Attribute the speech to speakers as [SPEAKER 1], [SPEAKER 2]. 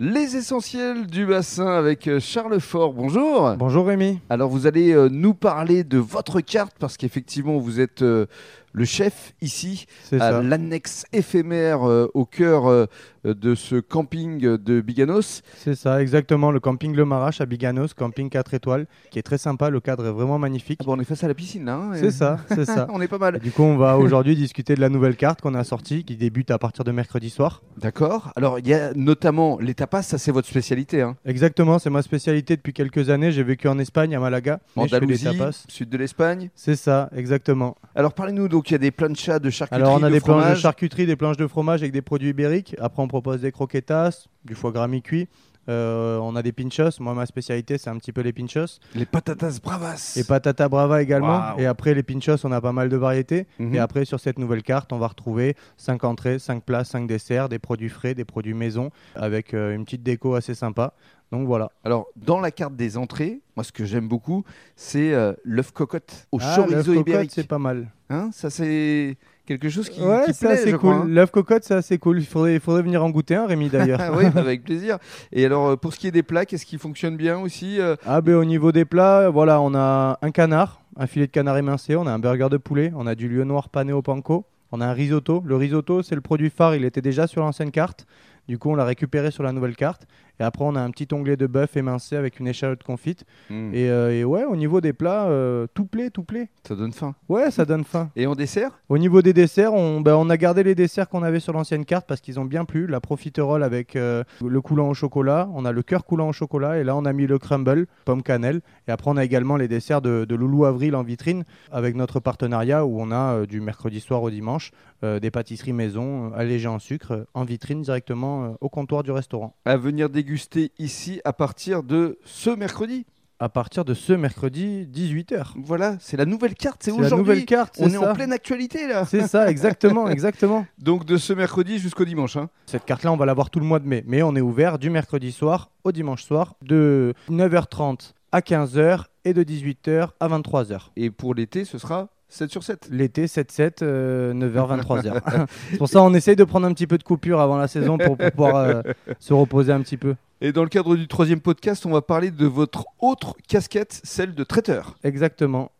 [SPEAKER 1] Les essentiels du bassin avec euh, Charles Fort. Bonjour.
[SPEAKER 2] Bonjour Rémi.
[SPEAKER 1] Alors vous allez euh, nous parler de votre carte parce qu'effectivement vous êtes euh, le chef ici
[SPEAKER 2] C'est
[SPEAKER 1] à
[SPEAKER 2] ça.
[SPEAKER 1] l'annexe éphémère euh, au cœur euh, de ce camping euh, de Biganos.
[SPEAKER 2] C'est ça, exactement. Le camping Le Marache à Biganos, camping 4 étoiles, qui est très sympa. Le cadre est vraiment magnifique.
[SPEAKER 1] Ah bon, on est face à la piscine là. hein, et-
[SPEAKER 2] C'est ça, c'est ça.
[SPEAKER 1] On est pas
[SPEAKER 2] Et
[SPEAKER 1] mal.
[SPEAKER 2] du coup, on va aujourd'hui discuter de la nouvelle carte qu'on a sortie, qui débute à partir de mercredi soir.
[SPEAKER 1] D'accord. Alors il y a notamment les tapas, ça c'est votre spécialité. Hein.
[SPEAKER 2] Exactement, c'est ma spécialité depuis quelques années. J'ai vécu en Espagne, à Malaga. et je fais des
[SPEAKER 1] Andalousie,
[SPEAKER 2] tapas.
[SPEAKER 1] sud de l'Espagne.
[SPEAKER 2] C'est ça, exactement.
[SPEAKER 1] Alors parlez-nous donc il y a des planchas de charcuterie.
[SPEAKER 2] Alors, on a
[SPEAKER 1] de
[SPEAKER 2] des planches de
[SPEAKER 1] fromage.
[SPEAKER 2] charcuterie, des planches de fromage avec des produits ibériques. Après, on propose des croquetas, du foie gras mi-cuit. Euh, on a des pinchos. Moi, ma spécialité, c'est un petit peu les pinchos.
[SPEAKER 1] Les patatas bravas.
[SPEAKER 2] Et patata brava également.
[SPEAKER 1] Waouh.
[SPEAKER 2] Et après, les pinchos, on a pas mal de variétés.
[SPEAKER 1] Mhm.
[SPEAKER 2] Et après, sur cette nouvelle carte, on va retrouver 5 entrées, 5 plats, 5 desserts, des produits frais, des produits maison, avec euh, une petite déco assez sympa. Donc voilà.
[SPEAKER 1] Alors, dans la carte des entrées, moi, ce que j'aime beaucoup, c'est euh, l'œuf cocotte au
[SPEAKER 2] Ah, l'œuf
[SPEAKER 1] chorizo
[SPEAKER 2] cocotte,
[SPEAKER 1] ibérique.
[SPEAKER 2] C'est pas mal.
[SPEAKER 1] Hein ça, c'est quelque chose qui,
[SPEAKER 2] ouais,
[SPEAKER 1] qui
[SPEAKER 2] c'est
[SPEAKER 1] plaît,
[SPEAKER 2] assez
[SPEAKER 1] je
[SPEAKER 2] cool.
[SPEAKER 1] crois. hein.
[SPEAKER 2] L'œuf cocotte, c'est assez cool. Il faudrait, il faudrait venir en goûter un, Rémi, d'ailleurs.
[SPEAKER 1] Ah oui, bah, avec plaisir. Et alors, euh, pour ce qui est des plats, qu'est-ce qui fonctionne bien aussi euh,
[SPEAKER 2] Ah ben au niveau des plats, voilà, on a un canard, un filet de canard émincé, on a un burger de poulet, on a du lieu noir pané au panko, on a un risotto. Le risotto, c'est le produit phare, il était déjà sur l'ancienne carte. Du coup, on l'a récupéré sur la nouvelle carte. Et après, on a un petit onglet de bœuf émincé avec une échalote confite.
[SPEAKER 1] hmm,
[SPEAKER 2] Et, euh, et ouais, au niveau des plats, euh, tout plaît, tout plaît.
[SPEAKER 1] Ça donne faim.
[SPEAKER 2] Ouais, ça donne faim.
[SPEAKER 1] Et en dessert
[SPEAKER 2] Au niveau des desserts, on, bah, on a gardé les desserts qu'on avait sur l'ancienne carte parce qu'ils ont bien plu. La profiterole avec euh, le coulant au chocolat, on a le cœur coulant au chocolat et là on a mis le crumble, pomme cannelle. Et après on a également les desserts de, de Loulou Avril en vitrine avec notre partenariat où on a euh, du mercredi soir au dimanche euh, des pâtisseries maison euh, allégées en sucre euh, en vitrine directement euh, au comptoir du restaurant.
[SPEAKER 1] à venir déguster ici à partir de ce mercredi.
[SPEAKER 2] À partir de ce mercredi 18h.
[SPEAKER 1] Voilà, c'est la nouvelle carte, c'est
[SPEAKER 2] la nouvelle
[SPEAKER 1] aujourd'hui.
[SPEAKER 2] carte,
[SPEAKER 1] On
[SPEAKER 2] c'est
[SPEAKER 1] est
[SPEAKER 2] ça.
[SPEAKER 1] en pleine actualité là.
[SPEAKER 2] C'est ça, exactement, exactement.
[SPEAKER 1] Donc de ce mercredi jusqu'au dimanche. hein.
[SPEAKER 2] Cette carte-là, on va l'avoir tout le mois de mai. Mais on est ouvert du mercredi soir au dimanche soir de 9h30 à 15h et de 18h à 23h.
[SPEAKER 1] Et pour l'été, ce sera 7 sur 7.
[SPEAKER 2] L'été, euh, 7-7, 9h, 23h. C'est pour ça on essaye de prendre un petit peu de coupure avant la saison pour, pour pouvoir euh, se reposer un petit peu.
[SPEAKER 1] Et dans le cadre du troisième podcast, on va parler de votre autre casquette, celle de traiteur.
[SPEAKER 2] Exactement.